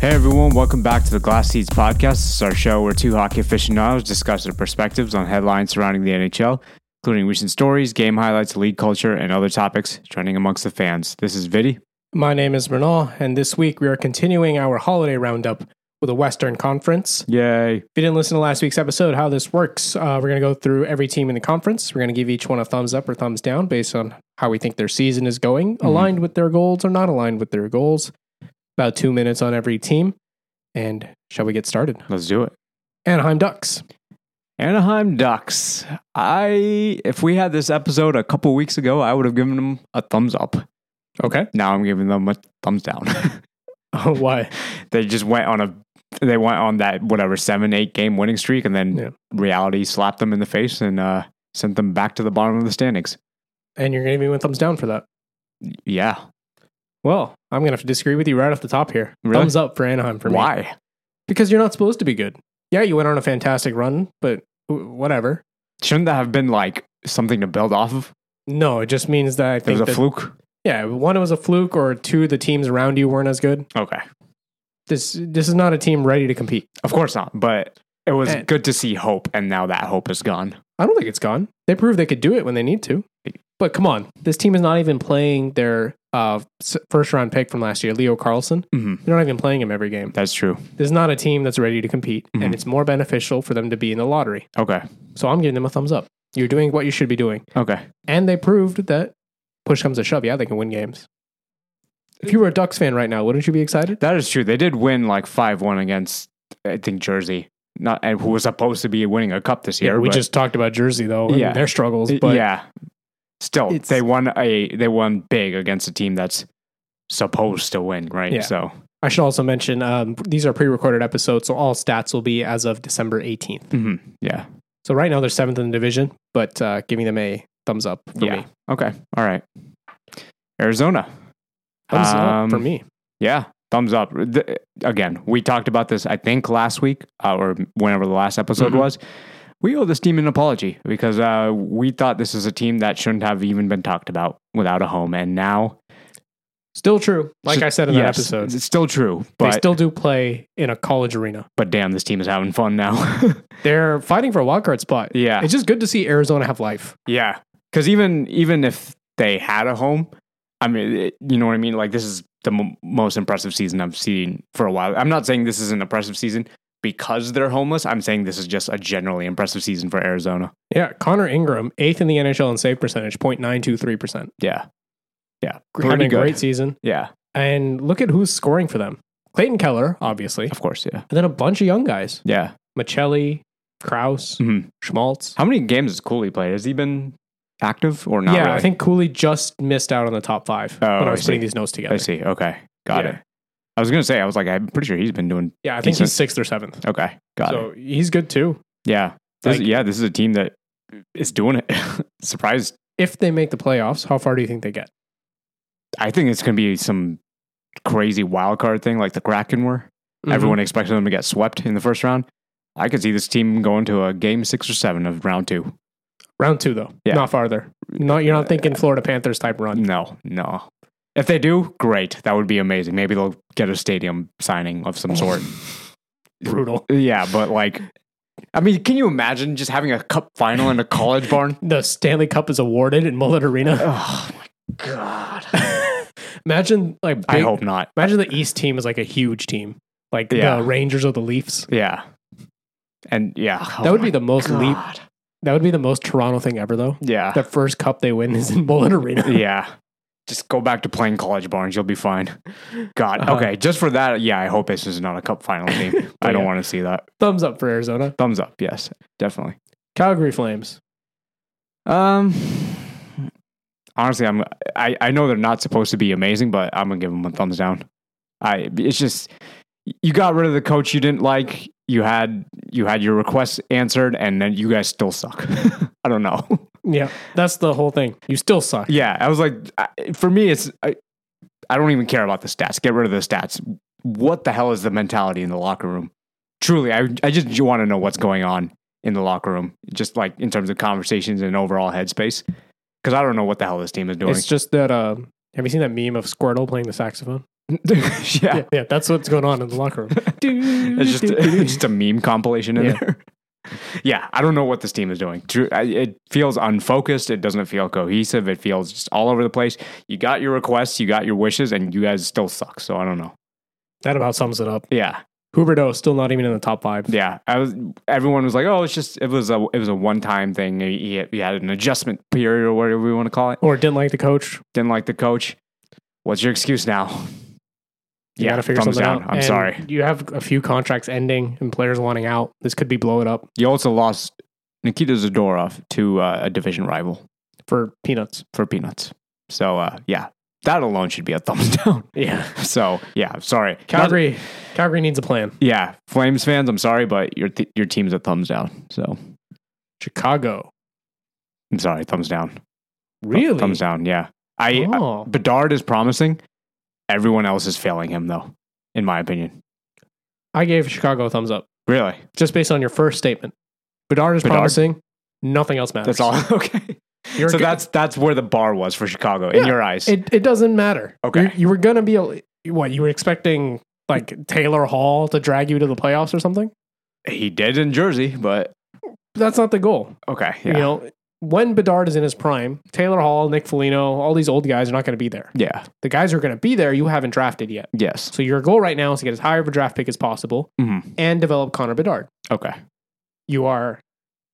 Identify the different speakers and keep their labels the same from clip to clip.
Speaker 1: Hey everyone, welcome back to the Glass Seats Podcast. This is our show where two hockey aficionados discuss their perspectives on headlines surrounding the NHL, including recent stories, game highlights, league culture, and other topics trending amongst the fans. This is Vidi.
Speaker 2: My name is Bernal, and this week we are continuing our holiday roundup with a Western Conference.
Speaker 1: Yay.
Speaker 2: If you didn't listen to last week's episode, how this works, uh, we're going to go through every team in the conference. We're going to give each one a thumbs up or thumbs down based on how we think their season is going, aligned with their goals or not aligned with their goals. About two minutes on every team. And shall we get started?
Speaker 1: Let's do it.
Speaker 2: Anaheim Ducks.
Speaker 1: Anaheim Ducks. I if we had this episode a couple weeks ago, I would have given them a thumbs up.
Speaker 2: Okay.
Speaker 1: Now I'm giving them a thumbs down.
Speaker 2: Oh, why?
Speaker 1: they just went on a they went on that whatever 7-8 game winning streak and then
Speaker 2: Yeah.
Speaker 1: reality slapped them in the face and uh sent them back to the bottom of the standings.
Speaker 2: And you're going to give me one thumbs down for that.
Speaker 1: Yeah.
Speaker 2: Well, I'm going to have to disagree with you right off the top here.
Speaker 1: Really?
Speaker 2: Thumbs up for Anaheim for me.
Speaker 1: Why?
Speaker 2: Because you're not supposed to be good. Yeah, you went on a fantastic run, but w- whatever.
Speaker 1: Shouldn't that have been like something to build off of?
Speaker 2: No, it just means that I
Speaker 1: It was
Speaker 2: think
Speaker 1: a
Speaker 2: that-
Speaker 1: fluke.
Speaker 2: Yeah, one it was a fluke, or two the teams around you weren't as good.
Speaker 1: Okay.
Speaker 2: This this is not a team ready to compete.
Speaker 1: Of course not. But it was
Speaker 2: And-
Speaker 1: good to see hope, and now that hope is gone.
Speaker 2: I don't think it's gone. They prove they could do it when they need to. But come on, this team is not even playing their uh, s- first round pick from last year, Leo Carlson.
Speaker 1: hmm
Speaker 2: They're not even playing him every game.
Speaker 1: That's true.
Speaker 2: This is not a team that's ready to compete,
Speaker 1: Mhm.
Speaker 2: and it's more beneficial for them to be in the lottery.
Speaker 1: Okay.
Speaker 2: So I'm giving them a thumbs up. You're doing what you should be doing.
Speaker 1: Okay.
Speaker 2: And they proved that push comes to shove. Yeah, they can win games. If you were a Ducks fan right now, wouldn't you be excited?
Speaker 1: That is true. They did win like 5 1 against, I think, Jersey, not and who was supposed to be winning a cup this year.
Speaker 2: we
Speaker 1: but-
Speaker 2: just talked about Jersey though, and
Speaker 1: Yeah.
Speaker 2: their struggles.
Speaker 1: Uh,
Speaker 2: But
Speaker 1: yeah. Still,
Speaker 2: It's-
Speaker 1: they won a they won big against a team that's supposed to win, right?
Speaker 2: Yeah.
Speaker 1: So
Speaker 2: I should also mention um, these are pre-recorded episodes, so all stats will be as of December 18th.
Speaker 1: mhm, yeah,
Speaker 2: So right now they're seventh in the division, but uh, giving them a thumbs up for
Speaker 1: yeah.
Speaker 2: me.
Speaker 1: Okay, all right. Arizona,
Speaker 2: Thumbs up for
Speaker 1: Um,
Speaker 2: me.
Speaker 1: Yeah, thumbs up. Th- again, we talked about this, I think, last week uh, or whenever the last episode
Speaker 2: Mhm.
Speaker 1: was. We owe this team an apology because uh, we thought this is a team that shouldn't have even been talked about without a home, and now,
Speaker 2: Still true. Like
Speaker 1: Should-
Speaker 2: I said in
Speaker 1: yes,
Speaker 2: that episode,
Speaker 1: it's still true.
Speaker 2: they
Speaker 1: But
Speaker 2: still do play in a college arena.
Speaker 1: but damn, this team is having fun now.
Speaker 2: They're fighting for a wild card spot.
Speaker 1: yeah,
Speaker 2: It's just good to see Arizona have life.
Speaker 1: Yeah, because even even if they had a home, I mean, it, you know what I mean. Like this is the m- most impressive season I've seen for a while. I'm not saying this is an impressive season because they're homeless. I'm saying this is just a generally impressive season for Arizona.
Speaker 2: Yeah, Connor Ingram, eighth in the NHL in save percentage, 0.923%.
Speaker 1: Yeah, yeah,
Speaker 2: Having
Speaker 1: pretty
Speaker 2: a
Speaker 1: good.
Speaker 2: great season.
Speaker 1: Yeah,
Speaker 2: And look at who's scoring for them. Clayton Keller, obviously.
Speaker 1: of course. Yeah,
Speaker 2: And then a bunch of young guys.
Speaker 1: yeah.
Speaker 2: Michelli, Kraus,
Speaker 1: Mhm.
Speaker 2: Schmaltz.
Speaker 1: How many games has Cooley played? Has he been active or not?
Speaker 2: yeah,
Speaker 1: really?
Speaker 2: I think Cooley just missed out on the top five
Speaker 1: Oh,
Speaker 2: when
Speaker 1: I
Speaker 2: I was putting
Speaker 1: see.
Speaker 2: these notes together.
Speaker 1: I see. Okay, got
Speaker 2: Yeah.
Speaker 1: it. I was gonna say I was like I'm pretty sure he's been doing.
Speaker 2: Yeah, I think
Speaker 1: Decent.
Speaker 2: he's sixth or seventh.
Speaker 1: Okay, got it.
Speaker 2: so he's good too.
Speaker 1: Yeah. This,
Speaker 2: Like-
Speaker 1: yeah, this is a team that is doing it. Surprised.
Speaker 2: If they make the playoffs, how far do you think they get?
Speaker 1: I think it's going to be some crazy wild card thing like the Kraken were.
Speaker 2: Mm-hmm.
Speaker 1: Everyone expected them to get swept in the first round. I could see this team going to a game six or seven of round two.
Speaker 2: Round two, though.
Speaker 1: Yeah.
Speaker 2: Not farther. No, you're not thinking Florida Panthers type run.
Speaker 1: No, no. If they do, great. That would be amazing. Maybe they'll get a stadium signing of some sort.
Speaker 2: Brutal.
Speaker 1: yeah, but like, I mean, can you imagine just having a cup final in a college barn?
Speaker 2: The Stanley Cup is awarded in Mullet Arena.
Speaker 1: Oh my God.
Speaker 2: Imagine like
Speaker 1: I
Speaker 2: big-
Speaker 1: hope not.
Speaker 2: Imagine the East team is like a huge team, like
Speaker 1: Yeah.
Speaker 2: the Rangers or the Leafs.
Speaker 1: Yeah. And yeah.
Speaker 2: That would be the most leap.
Speaker 1: Oh God.
Speaker 2: That would be the most Toronto thing ever, though.
Speaker 1: Yeah.
Speaker 2: The first cup they win is in Bullet Arena.
Speaker 1: yeah. Just go back to playing college barns. You'll be fine. God.
Speaker 2: Uh-huh.
Speaker 1: Okay. Just for that, yeah, I hope this is not a cup final team. I don't
Speaker 2: Yeah.
Speaker 1: want to see that.
Speaker 2: Thumbs up for Arizona.
Speaker 1: Thumbs up. Yes. Definitely.
Speaker 2: Calgary Flames.
Speaker 1: Um, honestly, I'm, I, I know they're not supposed to be amazing, but I'm going to give them a thumbs down. I, it's just, you got rid of the coach you didn't like. You had, you had your requests answered and then you guys still suck. I don't know.
Speaker 2: Yeah, that's the whole thing. You still suck.
Speaker 1: Yeah, I was like, I, for me, it's I, I don't even care about the stats. Get rid of the stats. What the hell is the mentality in the locker room? Truly, I I just want to know what's going on in the locker room, just like in terms of conversations and overall headspace. Because I don't know what the hell this team is doing.
Speaker 2: uh, It's just that. Um, have you seen that meme of Squirtle playing the saxophone?
Speaker 1: yeah.
Speaker 2: Yeah, yeah, that's what's going on in the locker room.
Speaker 1: It's just it's just a meme compilation in
Speaker 2: Yeah.
Speaker 1: there. Yeah, I don't know what this team is doing. Drew- I- It feels unfocused. It doesn't feel cohesive. It feels just all over the place. You got your requests, you got your wishes, and you guys still suck. So I don't know.
Speaker 2: that about sums it up.
Speaker 1: Yeah,
Speaker 2: Huberto is still not even in the top five.
Speaker 1: yeah. I was. Everyone was like, "Oh, it's just it was a it was a one time thing. He, he had an adjustment period or whatever we want to call it.
Speaker 2: Or didn't like the coach.
Speaker 1: Didn't like the coach. What's your excuse now?
Speaker 2: You
Speaker 1: yeah,
Speaker 2: gotta figure
Speaker 1: thumbs
Speaker 2: something
Speaker 1: down.
Speaker 2: out.
Speaker 1: I'm
Speaker 2: And
Speaker 1: sorry.
Speaker 2: You have a few contracts ending and players wanting out. This could be blow it up
Speaker 1: You also lost Nikita Zadorov to uh, a division rival.
Speaker 2: for peanuts.
Speaker 1: for peanuts. So uh, yeah, that alone should be a thumbs down.
Speaker 2: Oh, Yeah.
Speaker 1: So yeah, I'm sorry,
Speaker 2: Calgary Calgary needs a plan.
Speaker 1: Not- yeah, Flames fans, I'm sorry, but your th- your team's a thumbs down. So
Speaker 2: Chicago.
Speaker 1: I'm sorry, thumbs down. Th-
Speaker 2: Really?
Speaker 1: thumbs down. Yeah, I
Speaker 2: Oh.
Speaker 1: Bedard is promising. Everyone else is failing him though, in my opinion.
Speaker 2: I gave Chicago a thumbs up.
Speaker 1: Really,
Speaker 2: Just based on your first statement. Bedard is
Speaker 1: Bedard?
Speaker 2: promising. Nothing else matters.
Speaker 1: that's all. okay.
Speaker 2: You're
Speaker 1: so
Speaker 2: go-
Speaker 1: that's that's where the bar was for Chicago in
Speaker 2: Yeah,
Speaker 1: your eyes.
Speaker 2: It, it doesn't matter.
Speaker 1: Okay.
Speaker 2: You, you were going to be, a- what, you were expecting like Taylor Hall to drag you to the playoffs or something?
Speaker 1: he did in Jersey, but
Speaker 2: That's not the goal.
Speaker 1: okay, yeah,
Speaker 2: You know, when Bedard is in his prime, Taylor Hall, Nick Foligno, all these old guys are not going to be there.
Speaker 1: yeah,
Speaker 2: The guys who are going to be there, you haven't drafted yet.
Speaker 1: yes,
Speaker 2: So your goal right now is to get as high of a draft pick as possible
Speaker 1: hmm
Speaker 2: and develop Connor Bedard.
Speaker 1: okay,
Speaker 2: You are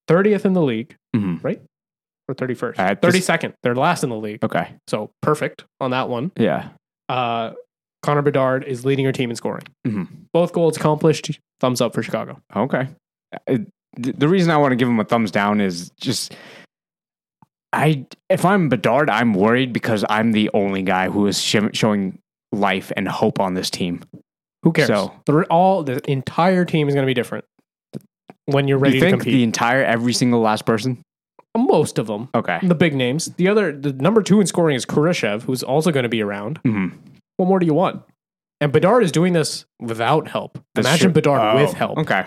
Speaker 2: 30th in the league
Speaker 1: hmm
Speaker 2: or 31st.
Speaker 1: At this-
Speaker 2: 32nd. They're last in the league.
Speaker 1: okay,
Speaker 2: So perfect on that one.
Speaker 1: yeah,
Speaker 2: Uh, Connor Bedard is leading your team in scoring.
Speaker 1: hmm
Speaker 2: Both goals accomplished. Thumbs up for Chicago.
Speaker 1: Okay. Uh, th- The reason I want to give him a thumbs down is just I if I'm Bedard, I'm worried because I'm the only guy who is shim showing life and hope on this team.
Speaker 2: Who cares?
Speaker 1: So-
Speaker 2: the, re- all the entire team is going to be different when you're
Speaker 1: Do
Speaker 2: ready
Speaker 1: you
Speaker 2: to
Speaker 1: think the
Speaker 2: compete.
Speaker 1: entire every single last person?
Speaker 2: Most of them,
Speaker 1: Okay.
Speaker 2: the big names. The other, the number two in scoring is Kurishev, who's also going to be around.
Speaker 1: hmm
Speaker 2: What more do you want? And Bedard is doing this without help. Imagine Bedard with help.
Speaker 1: Okay.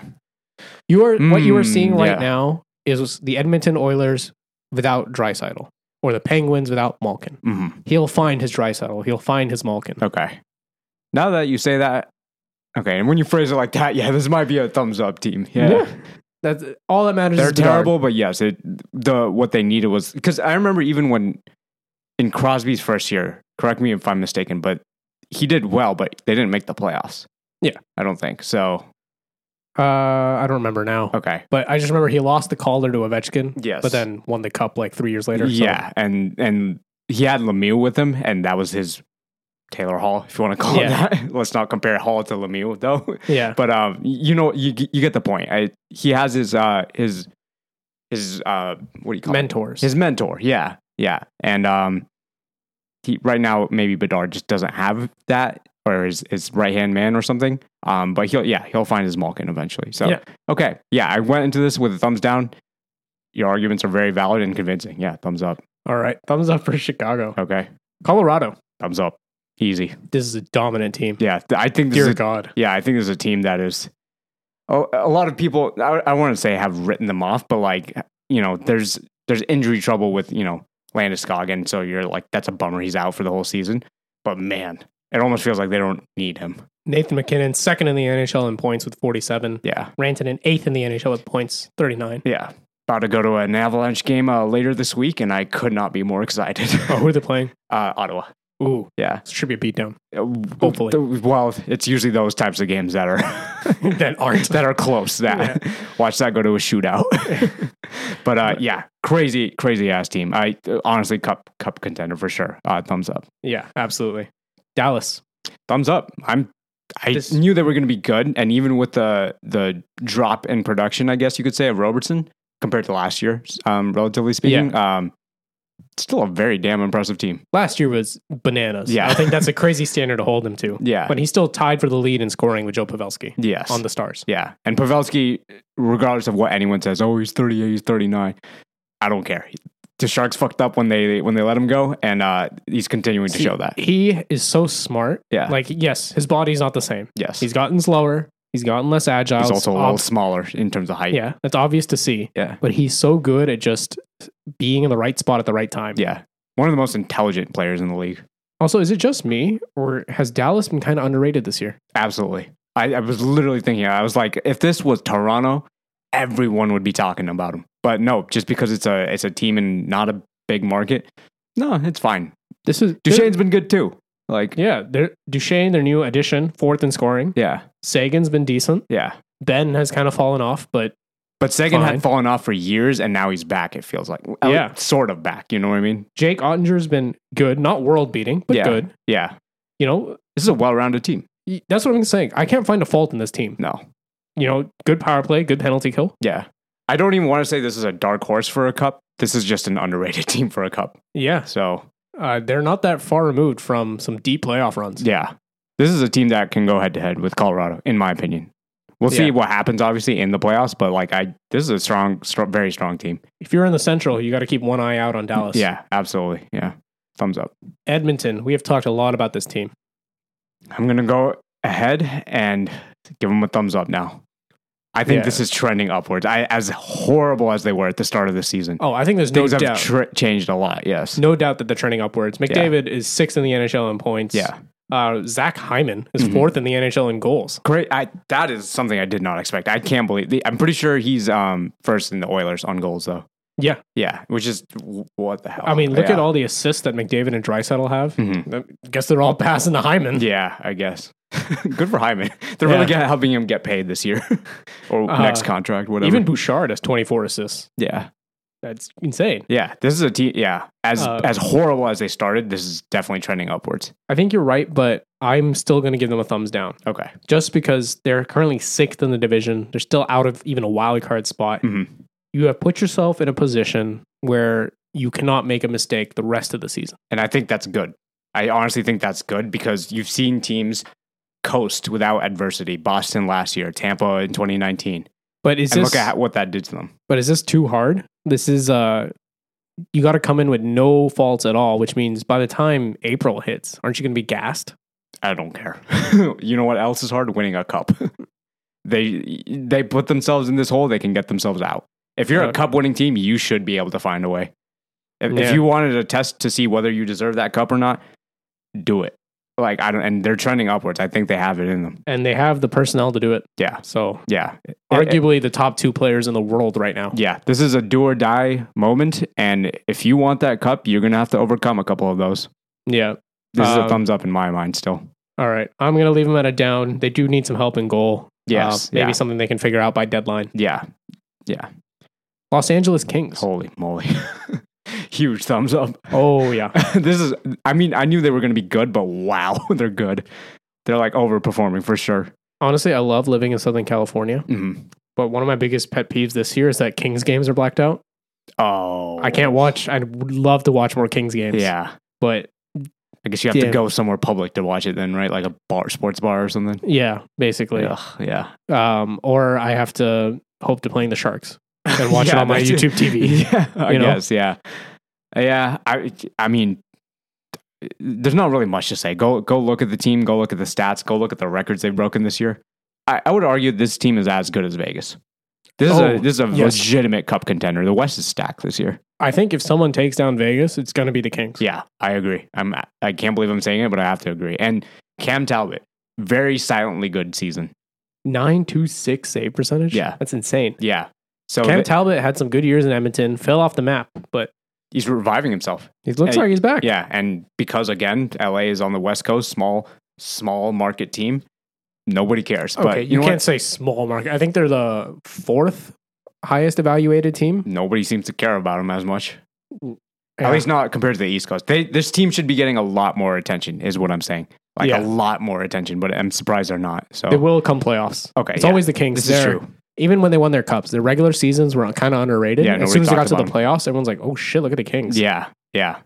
Speaker 2: You are what you are
Speaker 1: Mm,
Speaker 2: seeing right
Speaker 1: Oh. yeah.
Speaker 2: now is the Edmonton Oilers without Drysidle or the Penguins without Malkin.
Speaker 1: hmm
Speaker 2: He'll find his Drysidle. He'll find his Malkin.
Speaker 1: Okay. Now that you say that, okay, and when you phrase it like that, yeah, this might be a thumbs up team. yeah.
Speaker 2: That's all that matters.
Speaker 1: They're
Speaker 2: is Bedard.
Speaker 1: terrible, but yes, it the what they needed was because I remember even when in Crosby's first year. Correct me if I'm mistaken, but he did well, but they didn't make the playoffs.
Speaker 2: Yeah.
Speaker 1: I don't think so.
Speaker 2: Uh, I don't remember now,
Speaker 1: Okay,
Speaker 2: but I just remember he lost the Calder to Ovechkin.
Speaker 1: Yes.
Speaker 2: but then won the cup like three years later. so-
Speaker 1: yeah, and and he had Lemieux with him, and that was his Taylor Hall, if you want to call
Speaker 2: Yeah.
Speaker 1: it that. Let's not compare Hall to Lemieux though.
Speaker 2: yeah.
Speaker 1: but um, you know, you you get the point. I, he has his uh his his uh what do you call it?
Speaker 2: Mentors.
Speaker 1: His mentor, yeah, yeah, and um, he right now maybe Bedard just doesn't have that or his his right hand man or something. Um, but he'll yeah he'll find his Malkin eventually. So
Speaker 2: Yeah.
Speaker 1: okay, yeah, I went into this with a thumbs down. Your arguments are very valid and convincing. Yeah, thumbs up.
Speaker 2: all right, thumbs up for Chicago.
Speaker 1: Okay,
Speaker 2: Colorado.
Speaker 1: thumbs up. Easy.
Speaker 2: This is a dominant team.
Speaker 1: Yeah, th- I think this
Speaker 2: Dear
Speaker 1: is a,
Speaker 2: God.
Speaker 1: yeah I think this is a team that is. A, a lot of people I, I want to say have written them off, but like you know, there's there's injury trouble with you know Landeskog, so you're like that's a bummer. He's out for the whole season, but man, it almost feels like they don't need him.
Speaker 2: Nathan McKinnon second in the NHL in points with 47.
Speaker 1: Yeah,
Speaker 2: Rantanen eighth in the NHL with points 39.
Speaker 1: yeah. About to go to an Avalanche game uh, later this week, and I could not be more excited.
Speaker 2: Oh, who are they playing?
Speaker 1: uh, Ottawa,
Speaker 2: Ooh,
Speaker 1: yeah.
Speaker 2: this should be a beatdown.
Speaker 1: Hopefully, well, it's usually those types of games that are
Speaker 2: that aren't.
Speaker 1: that are close. That watch that go to a shootout. but uh, yeah, crazy, crazy ass team. I honestly cup cup contender for sure. Uh, thumbs up,
Speaker 2: Yeah, absolutely. Dallas.
Speaker 1: thumbs up. I'm. I
Speaker 2: This-
Speaker 1: knew they were going to be good, and even with the the drop in production, I guess you could say of Robertson compared to last year, um, relatively speaking, um, still a very damn impressive team.
Speaker 2: Last year was bananas.
Speaker 1: Yeah.
Speaker 2: I think that's a crazy standard to hold him to.
Speaker 1: Yeah.
Speaker 2: But he's still tied for the lead in scoring with Joe Pavelski
Speaker 1: Yes.
Speaker 2: on the Stars.
Speaker 1: Yeah. And Pavelski, regardless of what anyone says, oh, he's 38, he's 39. I don't care. The Sharks fucked up when they when they let him go, and uh, he's continuing to show that.
Speaker 2: He is so smart.
Speaker 1: Yeah.
Speaker 2: Like, yes, his body's not the same.
Speaker 1: Yes.
Speaker 2: He's
Speaker 1: He's,
Speaker 2: gotten slower. He's gotten less agile. It's
Speaker 1: also a
Speaker 2: ob-
Speaker 1: little smaller in terms of height.
Speaker 2: Yeah, that's obvious to see.
Speaker 1: Yeah.
Speaker 2: But he's so good at just being in the right spot at the right time.
Speaker 1: Yeah. One of the most intelligent players in the league.
Speaker 2: Also, is it just me or has Dallas been kind of underrated this year?
Speaker 1: Absolutely. I, I was literally thinking, I was like, if this was Toronto, everyone would be talking about him. But no, just because it's a it's a team and not a big market, no, it's fine.
Speaker 2: This is
Speaker 1: Duchesne's been good too. Like,
Speaker 2: Yeah, they're, Duchesne, their new addition, fourth in scoring.
Speaker 1: yeah,
Speaker 2: Sagan's been decent.
Speaker 1: yeah.
Speaker 2: Ben has kind of fallen off, but
Speaker 1: But Sagan
Speaker 2: Fine.
Speaker 1: had fallen off for years, and now he's back. It feels like, Uh,
Speaker 2: Yeah.
Speaker 1: sort of back. You know what I mean?
Speaker 2: Jake Ottinger's been good, not world beating, but
Speaker 1: Yeah.
Speaker 2: good.
Speaker 1: Yeah,
Speaker 2: You know,
Speaker 1: this is a well-rounded team.
Speaker 2: y- that's what I'm saying. I can't find a fault in this team.
Speaker 1: No,
Speaker 2: You know, good power play, good penalty kill.
Speaker 1: yeah. I don't even want to say this is a dark horse for a cup. This is just an underrated team for a cup.
Speaker 2: Yeah,
Speaker 1: So
Speaker 2: uh, they're not that far removed from some deep playoff runs.
Speaker 1: yeah, this is a team that can go head-to-head with Colorado, in my opinion. We'll see
Speaker 2: Yeah.
Speaker 1: what happens, obviously, in the playoffs. But like, I this is a strong, str- very strong team.
Speaker 2: If you're in the Central, you got to keep one eye out on Dallas.
Speaker 1: Yeah, absolutely. Yeah, thumbs up.
Speaker 2: Edmonton, we have talked a lot about this team.
Speaker 1: I'm gonna go ahead and give them a thumbs up now. I think
Speaker 2: Yeah.
Speaker 1: this is trending upwards. I, as horrible as they were at the start of the season,
Speaker 2: Oh, I think there's no
Speaker 1: things have
Speaker 2: doubt.
Speaker 1: tr changed a lot. Yes.
Speaker 2: no doubt that they're trending upwards. McDavid is sixth in the NHL in points.
Speaker 1: Yeah.
Speaker 2: Uh, Zach Hyman is
Speaker 1: Mhm.
Speaker 2: fourth in the NHL in goals.
Speaker 1: Great. I, that is something I did not expect. I can't believe. The, I'm pretty sure he's um first in the Oilers on goals though.
Speaker 2: Yeah.
Speaker 1: Yeah. Which is w- what the hell.
Speaker 2: I mean, look
Speaker 1: Oh, Yeah.
Speaker 2: at all the assists that McDavid and Drysettle have.
Speaker 1: Mhm.
Speaker 2: I guess they're all passing to Hyman.
Speaker 1: Yeah, I guess. Good for Hyman. They're
Speaker 2: Yeah.
Speaker 1: really get, helping him get paid this year or
Speaker 2: Uh,
Speaker 1: next contract, whatever.
Speaker 2: Even Bouchard has 24 assists.
Speaker 1: yeah.
Speaker 2: That's insane.
Speaker 1: Yeah, this is a team. Yeah, as
Speaker 2: Uh,
Speaker 1: as horrible as they started, this is definitely trending upwards.
Speaker 2: I think you're right, but I'm still going to give them a thumbs down
Speaker 1: Okay.
Speaker 2: just because they're currently sixth in the division. They're still out of even a wild card spot.
Speaker 1: Mhm.
Speaker 2: You have put yourself in a position where you cannot make a mistake the rest of the season.
Speaker 1: And I think that's good. I honestly think that's good because you've seen teams coast without adversity. Boston last year, Tampa in 2019.
Speaker 2: But is
Speaker 1: And
Speaker 2: this
Speaker 1: look at how, what that did to them.
Speaker 2: but is this too hard? This is uh you got to come in with no faults at all, which means by the time April hits, aren't you going to be gassed?
Speaker 1: I don't care. you know what else is hard? Winning a cup. they they put themselves in this hole, they can get themselves out. If you're
Speaker 2: Yeah.
Speaker 1: a cup winning team, you should be able to find a way. If,
Speaker 2: Yeah.
Speaker 1: if you wanted a test to see whether you deserve that cup or not, do it. Like I don't and they're trending upwards. I think they have it in them.
Speaker 2: And they have the personnel to do it.
Speaker 1: Yeah.
Speaker 2: So,
Speaker 1: Yeah.
Speaker 2: arguably the top 2 players in the world right now.
Speaker 1: Yeah. This is a do or die moment and if you want that cup, you're going to have to overcome a couple of those.
Speaker 2: Yeah.
Speaker 1: This is
Speaker 2: Um,
Speaker 1: a thumbs up in my mind still.
Speaker 2: All right. I'm going to leave them at a down. They do need some help in goal. Uh,
Speaker 1: Yes.
Speaker 2: maybe
Speaker 1: yeah.
Speaker 2: something they can figure out by deadline.
Speaker 1: yeah.
Speaker 2: Los Angeles Kings.
Speaker 1: Holy moly. Huge thumbs up.
Speaker 2: Oh, yeah.
Speaker 1: this is I mean, I knew they were gonna be good, but wow, they're good. They're like overperforming for sure.
Speaker 2: Honestly, I love living in Southern California,
Speaker 1: Mhm.
Speaker 2: but one of my biggest pet peeves this year is that Kings games are blacked out.
Speaker 1: Oh
Speaker 2: I can't watch. I'd love to watch more Kings games.
Speaker 1: Yeah.
Speaker 2: But
Speaker 1: I guess you have
Speaker 2: Yeah.
Speaker 1: to go somewhere public to watch it then, right? Like a bar sports bar or something.
Speaker 2: yeah, basically.
Speaker 1: Ugh, yeah.
Speaker 2: Um, or I have to hope to playing the Sharks and watch it
Speaker 1: Yeah,
Speaker 2: on my
Speaker 1: that's it.
Speaker 2: YouTube TV.
Speaker 1: Yeah. I
Speaker 2: You know?
Speaker 1: guess, yeah. Yeah. I I mean there's not really much to say. Go go look at the team, go look at the stats, go look at the records they've broken this year. I, I would argue this team is as good as Vegas. This is
Speaker 2: Oh,
Speaker 1: a this is a
Speaker 2: yes.
Speaker 1: legitimate cup contender. The West is stacked this year.
Speaker 2: I think if someone takes down Vegas, it's going to be the Kings.
Speaker 1: Yeah, I agree. I'm I can't believe I'm saying it, but I have to agree. And Cam Talbot, very silently good season.
Speaker 2: Nine two six save percentage.
Speaker 1: Yeah. Oh,
Speaker 2: that's insane.
Speaker 1: Yeah. So
Speaker 2: Cam
Speaker 1: th-
Speaker 2: Talbot had some good years in Edmonton, fell off the map, but
Speaker 1: he's reviving himself.
Speaker 2: he looks
Speaker 1: Hey,
Speaker 2: like he's back.
Speaker 1: Yeah, and because again, LA is on the West Coast, small small market team. Nobody cares.
Speaker 2: Okay,
Speaker 1: but
Speaker 2: you,
Speaker 1: you, know
Speaker 2: can't
Speaker 1: what?
Speaker 2: say small market. I think they're the fourth highest evaluated team.
Speaker 1: Nobody seems to care about him as much.
Speaker 2: Yeah.
Speaker 1: At least not compared to the East Coast. They, this team should be getting a lot more attention, is what I'm saying. Like
Speaker 2: Yeah.
Speaker 1: a lot more attention, but I'm surprised they're not. So
Speaker 2: they will come playoffs.
Speaker 1: okay,
Speaker 2: It's
Speaker 1: yeah.
Speaker 2: always the Kings.
Speaker 1: this is
Speaker 2: They're-
Speaker 1: true.
Speaker 2: Even when they won their cups, their regular seasons were kind of underrated.
Speaker 1: Yeah,
Speaker 2: as
Speaker 1: nobody
Speaker 2: soon as they got
Speaker 1: talked
Speaker 2: to the
Speaker 1: about
Speaker 2: playoffs, everyone's like, "Oh shit, look at the Kings."
Speaker 1: Yeah, yeah.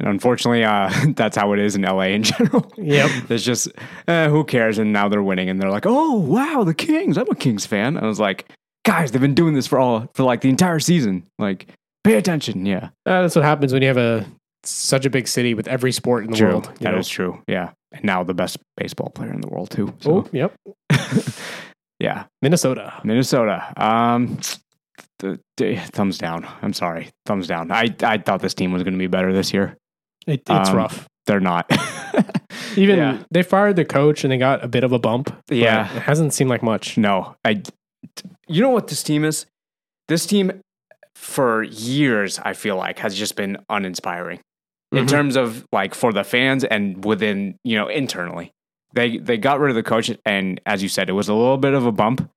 Speaker 1: And unfortunately, uh, that's how it is in LA in general.
Speaker 2: Yep.
Speaker 1: There's just eh, who cares, and now they're winning, and they're like, "Oh wow, the Kings! I'm a Kings fan." I was like, "Guys, they've been doing this for all for like the entire season. Like, pay attention." Yeah,
Speaker 2: Uh, that's what happens when you have a such a big city with every sport in the world.
Speaker 1: That
Speaker 2: you
Speaker 1: is
Speaker 2: know?
Speaker 1: true. Yeah, and now the best baseball player in the world too.
Speaker 2: Oh,
Speaker 1: So
Speaker 2: yep.
Speaker 1: yeah,
Speaker 2: Minnesota.
Speaker 1: Minnesota. Um, th- th- thumbs down. I'm sorry, thumbs down. I I thought this team was going to be better this year.
Speaker 2: It, it's
Speaker 1: Um,
Speaker 2: rough.
Speaker 1: they're not.
Speaker 2: Even
Speaker 1: Yeah.
Speaker 2: they fired the coach and they got a bit of a bump. but
Speaker 1: Yeah.
Speaker 2: it hasn't seemed like much.
Speaker 1: No, I. You know what this team is? This team, for years, I feel like has just been uninspiring in
Speaker 2: Mhm.
Speaker 1: terms of like for the fans and within you know internally. They they got rid of the coach, and as you said, it was a little bit of a bump,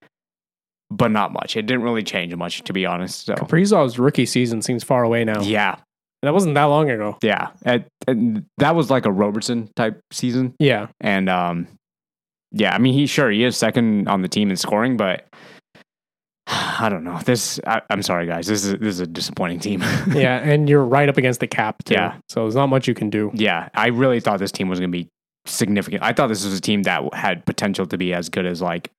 Speaker 1: but not much. It didn't really change much, to be honest. So
Speaker 2: Kaprizov's rookie season seems far away now.
Speaker 1: yeah,
Speaker 2: That wasn't that long ago.
Speaker 1: yeah, And- and that was like a Robertson type season.
Speaker 2: Yeah.
Speaker 1: And um, yeah, I mean, he sure he is second on the team in scoring, but I don't know. This, I, I'm sorry, guys. This is this is a disappointing team.
Speaker 2: Yeah. And you're right up against the cap, too.
Speaker 1: Yeah.
Speaker 2: So there's not much you can do.
Speaker 1: yeah, I really thought this team was going to be significant. I thought this was a team that had potential to be as good as like.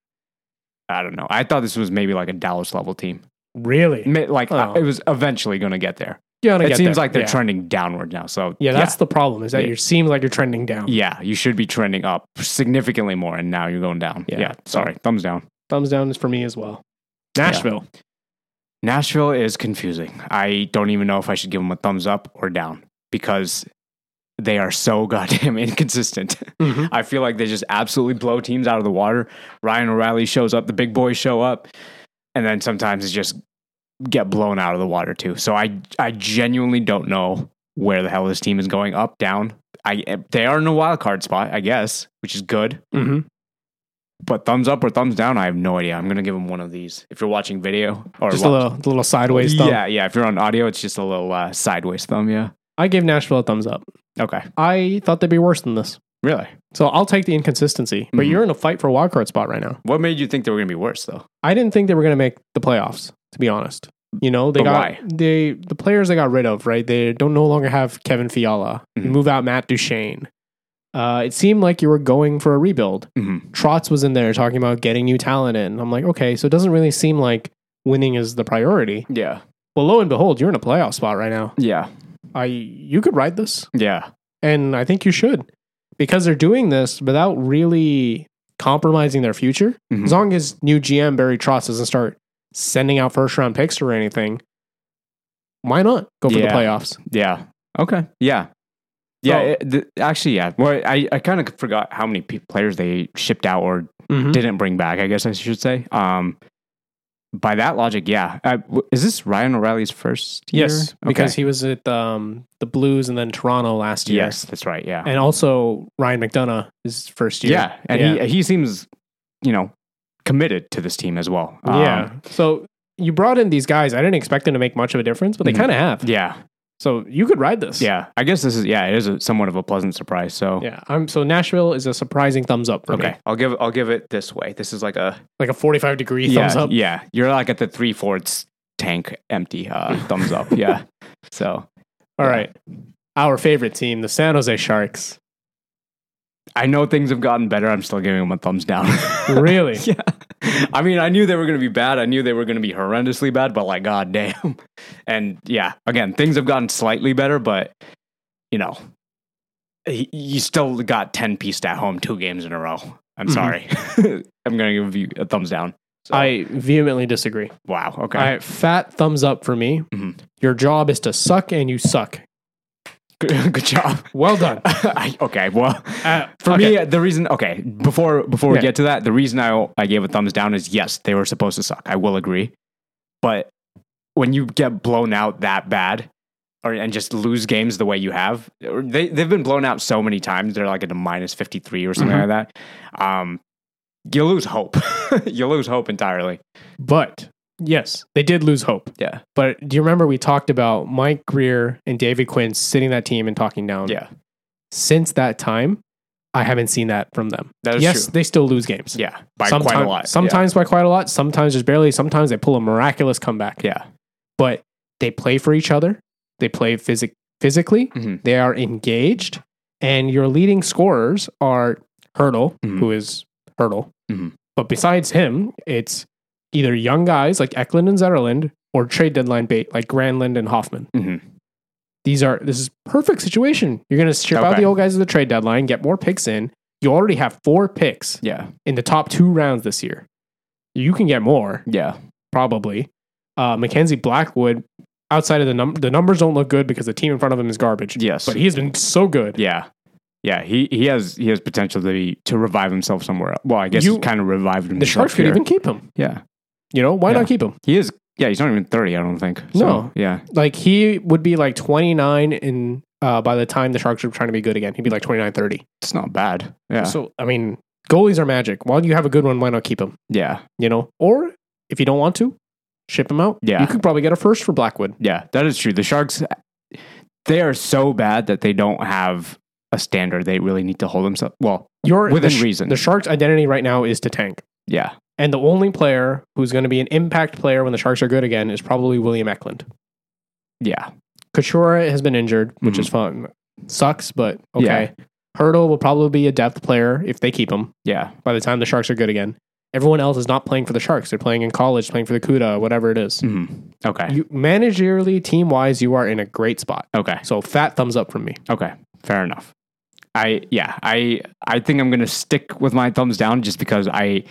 Speaker 1: I don't know. I thought this was maybe like a Dallas level team.
Speaker 2: Really?
Speaker 1: Ma- Like
Speaker 2: Oh.
Speaker 1: it was eventually going to get there.
Speaker 2: You're gonna
Speaker 1: It
Speaker 2: get
Speaker 1: seems
Speaker 2: there.
Speaker 1: like they're
Speaker 2: yeah.
Speaker 1: trending downward now. So
Speaker 2: Yeah, that's the problem is that
Speaker 1: Yeah.
Speaker 2: you seem like you're trending down.
Speaker 1: yeah, you should be trending up significantly more, and now you're going down.
Speaker 2: Yeah.
Speaker 1: yeah sorry, thumbs down.
Speaker 2: Thumbs down is for me as well. Nashville.
Speaker 1: Nashville is confusing. I don't even know if I should give them a thumbs up or down because they are so goddamn inconsistent.
Speaker 2: Mhm.
Speaker 1: I feel like they just absolutely blow teams out of the water. Ryan O'Reilly shows up, the big boys show up, and then sometimes it's just get blown out of the water too. So I I genuinely don't know where the hell this team is going up, down. I they are in a wild card spot, I guess, which is good.
Speaker 2: Mhm.
Speaker 1: But thumbs up or thumbs down, I have no idea. I'm gonna give them one of these. If you're watching video or
Speaker 2: Just
Speaker 1: wa-
Speaker 2: a little, a little sideways thumb.
Speaker 1: yeah, yeah. If you're on audio, it's just a little uh, sideways thumb. Yeah.
Speaker 2: I gave Nashville a thumbs up.
Speaker 1: Okay.
Speaker 2: I thought they'd be worse than this.
Speaker 1: Really?
Speaker 2: So I'll take the inconsistency. But
Speaker 1: Mhm.
Speaker 2: you're in a fight for a wild card spot right now.
Speaker 1: What made you think they were gonna be worse though?
Speaker 2: I didn't think they were going to make the playoffs, to be honest. You know, they
Speaker 1: But
Speaker 2: got
Speaker 1: why?
Speaker 2: they the players they got rid of, right? They don't no longer have Kevin Fiala.
Speaker 1: Mhm.
Speaker 2: You move out Matt Duchesne. Uh, it seemed like you were going for a rebuild.
Speaker 1: Mm-hmm.
Speaker 2: Trotz was in there talking about getting new talent in. I'm like, okay, so it doesn't really seem like winning is the priority.
Speaker 1: Yeah.
Speaker 2: Well, lo and behold, you're in a playoff spot right now.
Speaker 1: Yeah.
Speaker 2: I you could ride this.
Speaker 1: Yeah.
Speaker 2: And I think you should because they're doing this without really compromising their future.
Speaker 1: Mhm.
Speaker 2: As long as new GM Barry Trotz doesn't start sending out first round picks or anything, why not go for the
Speaker 1: Yeah.
Speaker 2: playoffs?
Speaker 1: Yeah. Okay. Yeah. Yeah.
Speaker 2: So-
Speaker 1: it- th- actually, yeah. Well, I, I kind of forgot how many pe- players they shipped out or didn't bring back. I guess I should say. Um. By that logic, yeah. Uh, w- is this Ryan O'Reilly's first? Year?
Speaker 2: Yes, because he was at um, the Blues and then Toronto last
Speaker 1: Okay.
Speaker 2: year.
Speaker 1: yes, that's right. Yeah.
Speaker 2: And also Ryan McDonough his first year.
Speaker 1: yeah, and
Speaker 2: yeah.
Speaker 1: he he seems, you know, committed to this team as well. Um,
Speaker 2: yeah. So you brought in these guys. I didn't expect them to make much of a difference, but they
Speaker 1: Mhm.
Speaker 2: kind of have.
Speaker 1: Yeah.
Speaker 2: So you could ride this.
Speaker 1: Yeah, I guess this is yeah, it is a, somewhat of a pleasant surprise. So
Speaker 2: Yeah. I'm, so Nashville is a surprising thumbs up for me.
Speaker 1: okay, I'll give I'll give it this way. This is like a
Speaker 2: like a 45 degree
Speaker 1: yeah,
Speaker 2: thumbs up.
Speaker 1: Yeah, you're like at the three fourths tank empty. Uh, thumbs up. Yeah. So
Speaker 2: All right. Our favorite team, the San Jose Sharks.
Speaker 1: I know things have gotten better. I'm still giving them a thumbs down.
Speaker 2: Really?
Speaker 1: yeah. I mean, I knew they were going to be bad. I knew they were going to be horrendously bad, but like, god damn. And yeah, again, things have gotten slightly better, but you know, y- you still got 10 pieced at home two games in a row. I'm
Speaker 2: Mhm.
Speaker 1: sorry. I'm going to give you a thumbs down. So,
Speaker 2: I vehemently disagree.
Speaker 1: wow. Okay.
Speaker 2: All right. Fat thumbs up for me.
Speaker 1: Mhm.
Speaker 2: Your job is to suck and you suck.
Speaker 1: good, good job.
Speaker 2: Well done.
Speaker 1: I, okay. Well,
Speaker 2: Uh,
Speaker 1: For
Speaker 2: okay.
Speaker 1: me, the reason okay before before
Speaker 2: Yeah.
Speaker 1: we get to that, the reason I I gave a thumbs down is yes, they were supposed to suck. I will agree, but when you get blown out that bad, or and just lose games the way you have, or they they've been blown out so many times. They're like at a minus fifty three or something
Speaker 2: Mm-hmm.
Speaker 1: like that. Um, you lose hope. you lose hope entirely.
Speaker 2: But yes, they did lose hope.
Speaker 1: Yeah,
Speaker 2: But do you remember we talked about Mike Greer and David Quinn sitting that team and talking down?
Speaker 1: yeah,
Speaker 2: Since that time, I haven't seen that from them.
Speaker 1: that is
Speaker 2: yes,
Speaker 1: true.
Speaker 2: they still lose games.
Speaker 1: Yeah, by
Speaker 2: Sometime-
Speaker 1: quite a lot. Yeah.
Speaker 2: Sometimes by quite a lot. Sometimes just barely. Sometimes they pull a miraculous comeback.
Speaker 1: yeah,
Speaker 2: but they play for each other. They play physic- physically.
Speaker 1: Mhm.
Speaker 2: They are engaged, and your leading scorers are Hurdle,
Speaker 1: Mhm.
Speaker 2: who is Hurdle.
Speaker 1: Mhm.
Speaker 2: But besides him, it's either young guys like Eklund and Zetterlund or trade deadline bait like Granlund and Hoffman.
Speaker 1: Mhm.
Speaker 2: These are this is perfect situation. You're going to strip out
Speaker 1: Okay.
Speaker 2: the old guys at the trade deadline, get more picks in. You already have four picks
Speaker 1: yeah,
Speaker 2: in the top two rounds this year. You can get more
Speaker 1: yeah,
Speaker 2: probably. Uh, Mackenzie Blackwood, outside of the number, the numbers don't look good because the team in front of him is garbage.
Speaker 1: yes,
Speaker 2: But he has been so good.
Speaker 1: yeah, Yeah, he, he has he has potential to be, to revive himself somewhere. Else. Well, I guess
Speaker 2: You-
Speaker 1: he kind of revived
Speaker 2: The
Speaker 1: himself
Speaker 2: Sharks could
Speaker 1: here.
Speaker 2: even keep him.
Speaker 1: yeah,
Speaker 2: You know, why
Speaker 1: Yeah.
Speaker 2: not keep him?
Speaker 1: he is. Yeah, he's not even thirty. I don't think. So,
Speaker 2: No.
Speaker 1: Yeah.
Speaker 2: Like he would be like 29 and uh, by the time the Sharks are trying to be good again, he'd be like 29, 30.
Speaker 1: It's not bad. Yeah.
Speaker 2: So, I mean, goalies are magic. While you have a good one, why not keep him?
Speaker 1: yeah.
Speaker 2: You know, or if you don't want to, ship him out.
Speaker 1: Yeah.
Speaker 2: You could probably get a first for Blackwood.
Speaker 1: Yeah. That is true. The Sharks, they are so bad that they don't have a standard. They really need to hold themselves. Well,
Speaker 2: Your,
Speaker 1: Within
Speaker 2: the
Speaker 1: reason.
Speaker 2: The Sharks' identity right now is to tank.
Speaker 1: yeah.
Speaker 2: And the only player who's going to be an impact player when the Sharks are good again is probably William Eklund.
Speaker 1: Yeah.
Speaker 2: Couture has been injured, which is fun. Sucks, but okay. Hurdle will probably be a depth player if they keep him
Speaker 1: Yeah.
Speaker 2: by the time the Sharks are good again. Everyone else is not playing for the Sharks. They're playing in college, playing for the CUDA, whatever it is.
Speaker 1: Mhm. Okay.
Speaker 2: Mm-hmm. You, managerially, team wise, you are in a great spot.
Speaker 1: Okay.
Speaker 2: So fat thumbs up from me.
Speaker 1: Okay, fair enough. I yeah, I I think I'm gonna stick with my thumbs down just because I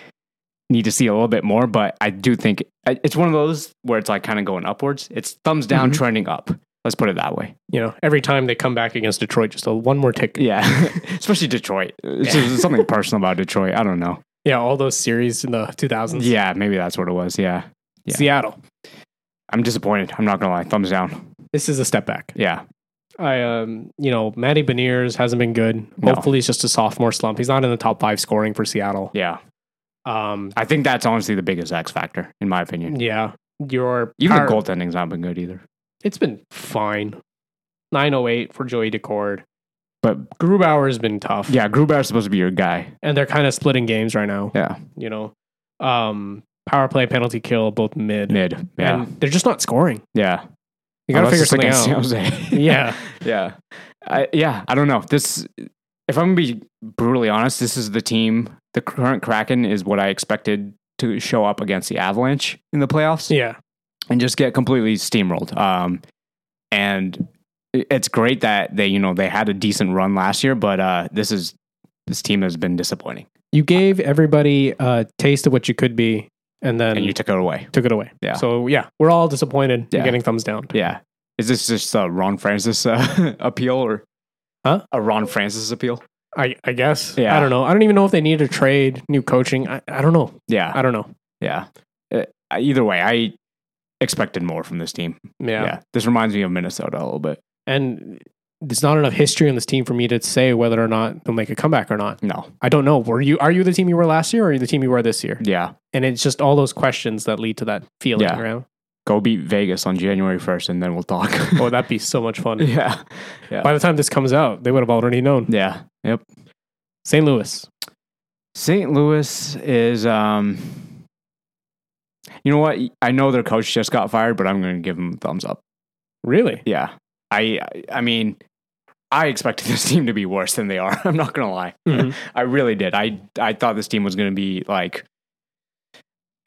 Speaker 1: need to see a little bit more. But I do think I- it's one of those where it's like kind of going upwards. It's thumbs down,
Speaker 2: Mhm.
Speaker 1: trending up. Let's put it that way.
Speaker 2: You know, every time they come back against Detroit, just a one more tick.
Speaker 1: Yeah, especially Detroit. It's
Speaker 2: Yeah.
Speaker 1: just something personal about Detroit. I don't know.
Speaker 2: Yeah, all those series in the 2000s.
Speaker 1: Yeah, maybe that's what it was. Yeah, Yeah.
Speaker 2: Seattle.
Speaker 1: I'm disappointed. I'm not gonna lie. Thumbs down.
Speaker 2: This is a step back.
Speaker 1: Yeah,
Speaker 2: I um, you know, Matty Beniers hasn't been good.
Speaker 1: No.
Speaker 2: Hopefully, it's just a sophomore slump. He's not in the top five scoring for Seattle.
Speaker 1: yeah.
Speaker 2: Um,
Speaker 1: I think that's honestly the biggest X factor in my opinion.
Speaker 2: yeah, your
Speaker 1: Even
Speaker 2: power-
Speaker 1: the goaltending's not been good either.
Speaker 2: It's been fine. Nine oh eight for Joey Decord.
Speaker 1: But
Speaker 2: Grubauer has been tough.
Speaker 1: yeah, Grubauer's supposed to be your guy.
Speaker 2: and they're kind of splitting games right now.
Speaker 1: Yeah,
Speaker 2: You know, um, power play, penalty kill, both mid.
Speaker 1: mid. Yeah,
Speaker 2: And they're just not scoring.
Speaker 1: yeah.
Speaker 2: You gotta
Speaker 1: Unless
Speaker 2: figure
Speaker 1: it's
Speaker 2: something out.
Speaker 1: against San Jose.
Speaker 2: yeah,
Speaker 1: yeah, I, yeah. I don't know. This, if I'm gonna be brutally honest, this is the team. The current Kraken is what I expected to show up against the Avalanche in the playoffs
Speaker 2: yeah.
Speaker 1: and just get completely steamrolled. Um, and it- it's great that they, you know, they had a decent run last year, but uh, this is this team has been disappointing,
Speaker 2: You gave everybody a taste of what you could be, and then
Speaker 1: and you took it away.
Speaker 2: took it away.
Speaker 1: Yeah.
Speaker 2: So yeah, we're all disappointed. You're
Speaker 1: Yeah.
Speaker 2: getting thumbs down.
Speaker 1: Yeah. Is this just a Ron Francis uh, appeal or
Speaker 2: Huh?
Speaker 1: a Ron Francis appeal?
Speaker 2: I, I guess.
Speaker 1: Yeah.
Speaker 2: I don't know. I don't even know if they need to trade new coaching. I, I don't know.
Speaker 1: Yeah.
Speaker 2: I don't know.
Speaker 1: Yeah. Uh, either way, I expected more from this team.
Speaker 2: Yeah.
Speaker 1: Yeah. This reminds me of Minnesota a little bit.
Speaker 2: And there's not enough history on this team for me to say whether or not they'll make a comeback or not.
Speaker 1: No.
Speaker 2: I don't know. Were you are you the team you were last year or are you the team you were this year?
Speaker 1: Yeah.
Speaker 2: And it's just all those questions that lead to that feeling
Speaker 1: Yeah.
Speaker 2: around.
Speaker 1: Go beat Vegas on January 1st and then we'll talk.
Speaker 2: Oh, that'd be so much fun.
Speaker 1: yeah.
Speaker 2: By the time this comes out, they would have already known.
Speaker 1: Yeah. Yep.
Speaker 2: St. Louis.
Speaker 1: St. Louis is, um, you know what? I know their coach just got fired, but I'm going to give him a thumbs up.
Speaker 2: Really?
Speaker 1: Yeah. I, I mean, I expected this team to be worse than they are. I'm not going to lie.
Speaker 2: Mhm.
Speaker 1: I really did. I I thought this team was going to be like,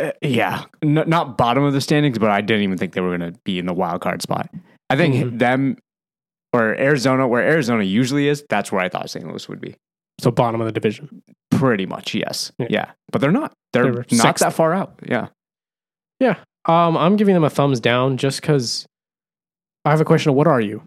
Speaker 1: uh, yeah, n- not bottom of the standings, but I didn't even think they were going to be in the wild card spot. I think
Speaker 2: Mhm.
Speaker 1: them or Arizona, where Arizona usually is, that's where I thought St. Louis would be.
Speaker 2: So bottom of the division.
Speaker 1: Pretty much, yes,
Speaker 2: Yeah.
Speaker 1: yeah. But they're not. They're
Speaker 2: They were
Speaker 1: not
Speaker 2: sixth.
Speaker 1: that far out. Yeah,
Speaker 2: Um, I'm giving them a thumbs down just because I have a question of what are you?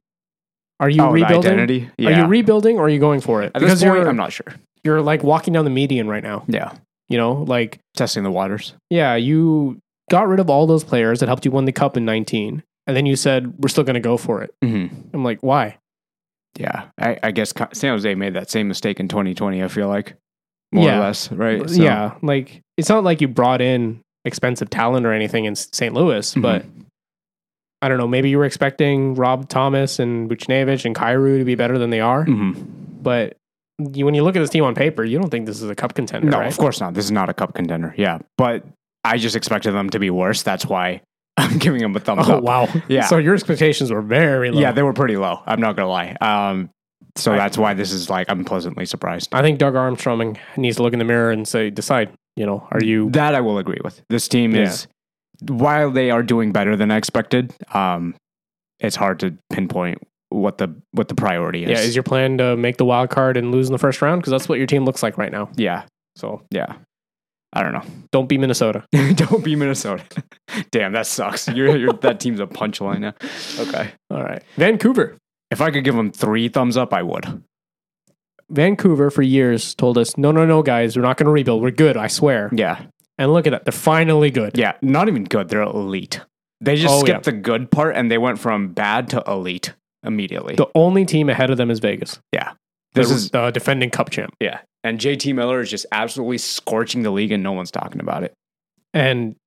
Speaker 2: Are you
Speaker 1: Oh, the
Speaker 2: rebuilding?
Speaker 1: identity. Yeah.
Speaker 2: Are you rebuilding or are you going for it?
Speaker 1: At this point,
Speaker 2: you're,
Speaker 1: I'm not sure.
Speaker 2: you're like walking down the median right now.
Speaker 1: Yeah,
Speaker 2: You know, like,
Speaker 1: testing the waters.
Speaker 2: yeah, you got rid of all those players that helped you win the cup in 19. And then you said, we're still going to go for it.
Speaker 1: Mm-hmm.
Speaker 2: I'm like, why?
Speaker 1: Yeah, I, I guess Ca- San Jose made that same mistake in 2020. I feel like more
Speaker 2: Yeah.
Speaker 1: or less, right? So-
Speaker 2: Yeah. Like, it's not like you brought in expensive talent or anything in S- St. Louis,
Speaker 1: Mhm.
Speaker 2: but I don't know. Maybe you were expecting Rob Thomas and Buchnevich and Kairu to be better than they are.
Speaker 1: Mhm.
Speaker 2: But you, when you look at this team on paper, you don't think this is a cup contender.
Speaker 1: No,
Speaker 2: right?
Speaker 1: of course not. This is not a cup contender. Yeah, but I just expected them to be worse. That's why I'm giving them a thumbs
Speaker 2: Oh,
Speaker 1: up.
Speaker 2: wow.
Speaker 1: Yeah.
Speaker 2: So your expectations were very low.
Speaker 1: Yeah, they were pretty low. I'm not gonna lie. Um, so
Speaker 2: I-
Speaker 1: that's why this is like I'm pleasantly surprised.
Speaker 2: I think Doug Armstrong needs to look in the mirror and say, decide, you know, are you
Speaker 1: That I will agree with. This team is while they are doing better than I expected. Um, it's hard to pinpoint what the what the priority is.
Speaker 2: yeah, is your plan to make the wild card and lose in the first round? Because that's what your team looks like right now.
Speaker 1: yeah,
Speaker 2: So
Speaker 1: yeah. I don't know.
Speaker 2: don't be Minnesota.
Speaker 1: Don't be Minnesota. Damn, that sucks. You're, you're that team's a punchline now. Okay.
Speaker 2: All right. Vancouver.
Speaker 1: If I could give them three thumbs up, I would.
Speaker 2: Vancouver for years told us, no, no, no, guys, we're not going to rebuild. We're good, I swear.
Speaker 1: Yeah.
Speaker 2: And look at that. They're finally good.
Speaker 1: Yeah. Not even good. They're elite. They just
Speaker 2: Oh,
Speaker 1: skipped
Speaker 2: yeah.
Speaker 1: the good part and they went from bad to elite immediately.
Speaker 2: The only team ahead of them is Vegas.
Speaker 1: this
Speaker 2: the,
Speaker 1: is
Speaker 2: the defending cup champ.
Speaker 1: yeah. And JT Miller is just absolutely scorching the league and no one's talking about it.
Speaker 2: And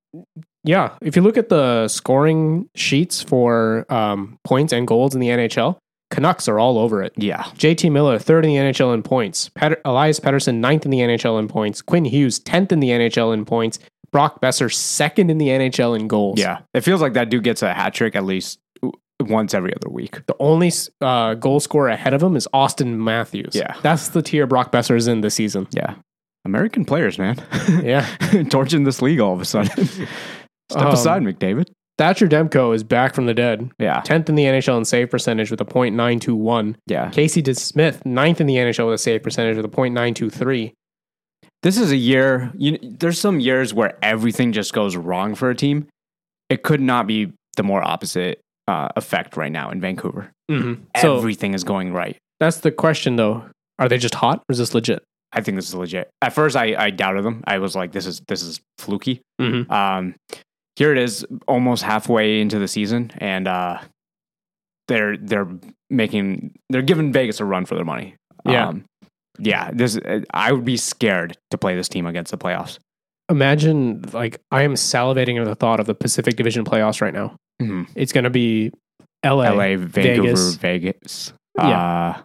Speaker 2: yeah, if you look at the scoring sheets for um, points and goals in the NHL, Canucks are all over it.
Speaker 1: Yeah.
Speaker 2: JT Miller, third in the NHL in points. Pat- Elias Pettersson, ninth in the NHL in points. Quinn Hughes, 10th in the NHL in points. Brock Besser, second in the NHL in goals.
Speaker 1: Yeah. It feels like that dude gets a hat trick at least w- once every other week.
Speaker 2: The only uh, goal scorer ahead of him is Austin Matthews.
Speaker 1: Yeah.
Speaker 2: That's the tier Brock Besser is in this season.
Speaker 1: Yeah. American players, man.
Speaker 2: Yeah.
Speaker 1: Torching this league all of a sudden. Step
Speaker 2: Um,
Speaker 1: aside, McDavid.
Speaker 2: Thatcher Demko is back from the dead.
Speaker 1: Yeah.
Speaker 2: 10th in the NHL in save percentage with a .921.
Speaker 1: Yeah.
Speaker 2: Casey DeSmith, ninth in the NHL with a save percentage with a .923.
Speaker 1: this is a year you there's some years where everything just goes wrong for a team it could not be the more opposite uh, effect right now in vancouver
Speaker 2: Mm-hmm. So
Speaker 1: everything is going right
Speaker 2: that's the question, though. Are they just hot or is this legit?
Speaker 1: i think this is legit at first i, I doubted them i was like this is this is fluky
Speaker 2: Mm-hmm.
Speaker 1: um, here it is almost halfway into the season and uh, they're they're making they're giving vegas a run for their money
Speaker 2: Yeah.
Speaker 1: um, yeah this i would be scared to play this team against the playoffs
Speaker 2: Imagine, like, I am salivating at the thought of the Pacific Division playoffs right now.
Speaker 1: Mhm.
Speaker 2: It's going to be LA,
Speaker 1: LA, Vancouver,
Speaker 2: Vegas.
Speaker 1: Vegas.
Speaker 2: Yeah.
Speaker 1: Uh,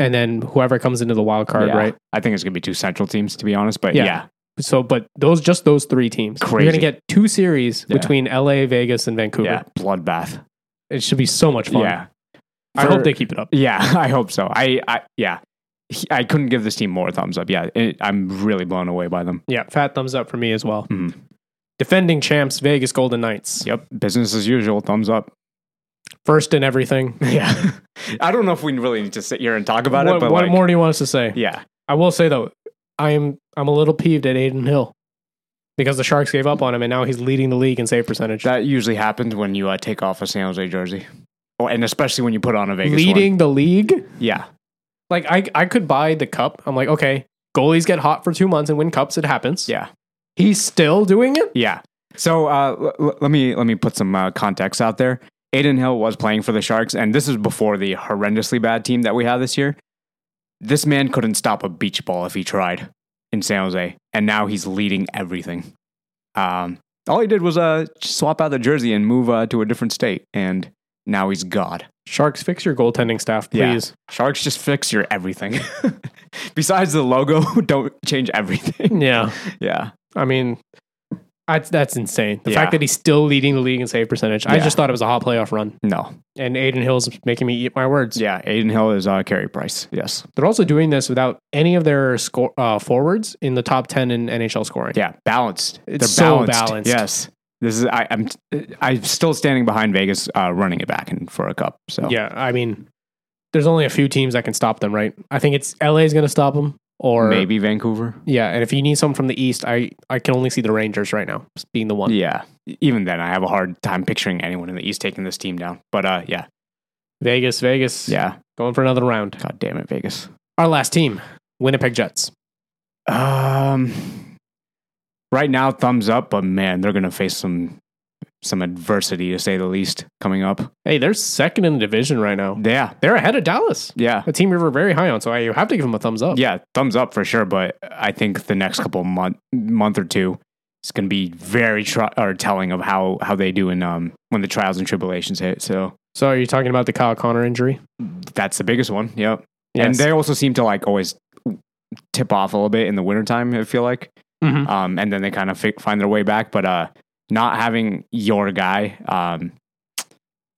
Speaker 2: and then whoever comes into the wild card,
Speaker 1: yeah.
Speaker 2: right?
Speaker 1: I think it's gonna be two central teams to be honest, but
Speaker 2: Yeah.
Speaker 1: yeah,
Speaker 2: So, but those just those three teams. You're
Speaker 1: Crazy.
Speaker 2: going to get two series
Speaker 1: Yeah.
Speaker 2: between LA, Vegas, and Vancouver.
Speaker 1: yeah, bloodbath.
Speaker 2: It should be so much fun.
Speaker 1: Yeah,
Speaker 2: I
Speaker 1: For-
Speaker 2: hope they keep it up.
Speaker 1: Yeah, I hope so. I, I yeah, He- I couldn't give this team more thumbs up. Yeah, it, I'm really blown away by them.
Speaker 2: Yeah, fat thumbs up for me as well.
Speaker 1: Mhm.
Speaker 2: Defending champs, Vegas Golden Knights.
Speaker 1: Yep, business as usual. Thumbs up.
Speaker 2: First in everything.
Speaker 1: Yeah, I don't know if we really need to sit here and talk about
Speaker 2: what
Speaker 1: it, but
Speaker 2: what
Speaker 1: like,
Speaker 2: more do you want us to say?
Speaker 1: yeah,
Speaker 2: I will say though, I'm I'm a little peeved at Aiden Hill because the Sharks gave up on him and now he's leading the league in save percentage.
Speaker 1: that usually happens when you uh, take off a San Jose jersey, oh, and especially when you put on a Vegas one.
Speaker 2: leading the league?
Speaker 1: Yeah,
Speaker 2: Like I I could buy the cup. I'm like, okay, goalies get hot for two months and win cups. It happens.
Speaker 1: yeah.
Speaker 2: He's still doing it?
Speaker 1: Yeah. So uh, l- l- let me let me put some uh, context out there. Aiden Hill was playing for the Sharks, and this is before the horrendously bad team that we have this year. This man couldn't stop a beach ball if he tried in San Jose, and now he's leading everything. Um, all he did was uh, swap out the jersey and move uh, to a different state, and now he's God.
Speaker 2: Sharks, fix your goaltending staff,
Speaker 1: Yeah.
Speaker 2: please.
Speaker 1: Sharks just fix your everything. Besides the logo, don't change everything.
Speaker 2: Yeah.
Speaker 1: Yeah.
Speaker 2: I mean that's that's insane. The
Speaker 1: Yeah.
Speaker 2: fact that he's still leading the league in save percentage. I
Speaker 1: Yeah.
Speaker 2: just thought it was a hot playoff run.
Speaker 1: No.
Speaker 2: And Aiden Hill's making me eat my words.
Speaker 1: Yeah. Aiden Hill is uh, Carey Price. Yes.
Speaker 2: They're also doing this without any of their score, uh, forwards in the top 10 in NHL scoring.
Speaker 1: Yeah, balanced.
Speaker 2: It's
Speaker 1: They're
Speaker 2: so
Speaker 1: balanced.
Speaker 2: balanced.
Speaker 1: Yes, this is. I, I'm. I'm still standing behind Vegas, uh, running it back and for a cup. So
Speaker 2: Yeah, I mean, there's only a few teams that can stop them, right? I think it's LA's going to stop them, or
Speaker 1: maybe Vancouver.
Speaker 2: Yeah, and if you need someone from the East, I I can only see the Rangers right now as being the one.
Speaker 1: Yeah. Even then, I have a hard time picturing anyone in the East taking this team down. But uh, yeah,
Speaker 2: Vegas, Vegas,
Speaker 1: yeah.
Speaker 2: going for another round.
Speaker 1: God damn it, Vegas.
Speaker 2: Our last team, Winnipeg Jets.
Speaker 1: Um, right now, thumbs up. But man, they're gonna face some some adversity to say the least coming up.
Speaker 2: Hey, they're second in the division right now.
Speaker 1: Yeah,
Speaker 2: They're ahead of Dallas,
Speaker 1: yeah.
Speaker 2: a team we were very high on, so I have to give them a thumbs up.
Speaker 1: yeah, thumbs up for sure. But I think the next couple month month or two, it's going to be very tri- or telling of how how they do in um when the trials and tribulations hit. So
Speaker 2: So are you talking about the Kyle Connor injury?
Speaker 1: that's the biggest one. Yep. And
Speaker 2: Yes.
Speaker 1: they also seem to like always tip off a little bit in the wintertime, I feel like.
Speaker 2: Mhm.
Speaker 1: Um, and then they kind of fi- find their way back. But uh, not having your guy, um,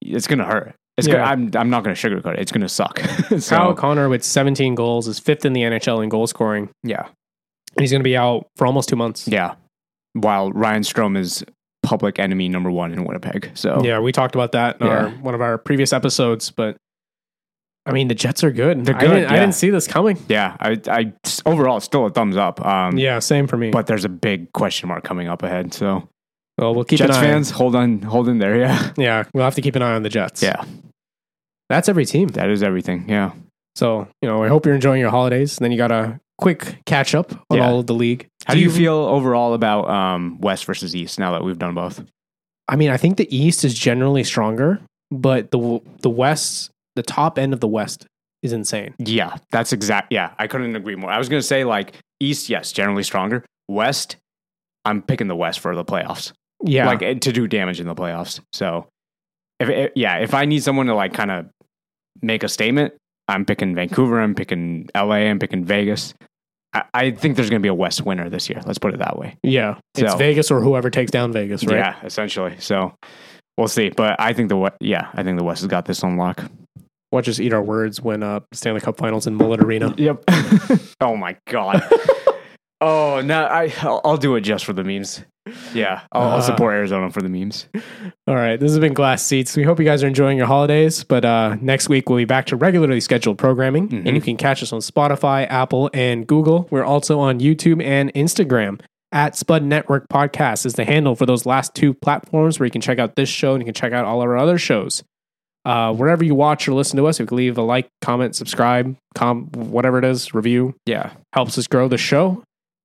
Speaker 1: it's going to hurt. It's
Speaker 2: Yeah.
Speaker 1: gonna, I'm, I'm not going to sugarcoat it. It's going to suck. so,
Speaker 2: Kyle Connor with 17 goals is fifth in the NHL in goal scoring.
Speaker 1: yeah.
Speaker 2: And he's going to be out for almost two months.
Speaker 1: Yeah. While Ryan Strom is public enemy number one in Winnipeg. So
Speaker 2: Oh. Yeah, we talked about that in our,
Speaker 1: Yeah.
Speaker 2: one of our previous episodes, but I mean, the Jets are good.
Speaker 1: They're
Speaker 2: I
Speaker 1: good,
Speaker 2: didn't, I
Speaker 1: yeah.
Speaker 2: didn't see this coming.
Speaker 1: yeah, I, I overall it's still a thumbs up. Um,
Speaker 2: Yeah, same for me.
Speaker 1: But there's a big question mark coming up ahead. So
Speaker 2: well, we'll keep an
Speaker 1: Jets
Speaker 2: eye.
Speaker 1: fans, hold on, hold in there. Yeah.
Speaker 2: Yeah, we'll have to keep an eye on the Jets.
Speaker 1: Yeah.
Speaker 2: that's every team.
Speaker 1: That is everything. Yeah.
Speaker 2: So, you know, I hope you're enjoying your holidays. And then you got a quick catch up on
Speaker 1: Yeah.
Speaker 2: all of the league.
Speaker 1: How do you feel overall about um, West versus East now that we've done both?
Speaker 2: I mean, I think the East is generally stronger, but the the West, the top end of the West is insane.
Speaker 1: Yeah, that's exact. Yeah, I couldn't agree more. I was going to say like East, yes, generally stronger. West, I'm picking the West for the playoffs.
Speaker 2: Yeah.
Speaker 1: like eh, to do damage in the playoffs. So, if eh, yeah, if I need someone to like kind of make a statement, I'm picking Vancouver. I'm picking LA. I'm picking Vegas. I, I think there's going to be a West winner this year. Let's put it that way.
Speaker 2: yeah. It's
Speaker 1: So-
Speaker 2: Vegas or whoever takes down Vegas, right?
Speaker 1: Yeah, essentially. So we'll see. But I think the West, yeah, I think the West has got this on lock.
Speaker 2: Watch us eat our words when uh, Stanley Cup Finals in Mullet Arena.
Speaker 1: Yep. oh my god. oh no, I I'll, I'll do it just for the memes. Yeah, I'll,
Speaker 2: Uh.
Speaker 1: I'll support Arizona for the memes.
Speaker 2: All right, this has been Glass Seats. We hope you guys are enjoying your holidays, but uh, next week we'll be back to regularly scheduled programming,
Speaker 1: Mhm.
Speaker 2: and you can catch us on Spotify, Apple, and Google. We're also on YouTube and Instagram. At Spud Network Podcast is the handle for those last two platforms where you can check out this show and you can check out all our other shows. Uh, wherever you watch or listen to us, if you could leave a like, comment, subscribe, com- whatever it is, review
Speaker 1: Yeah.
Speaker 2: helps us grow the show,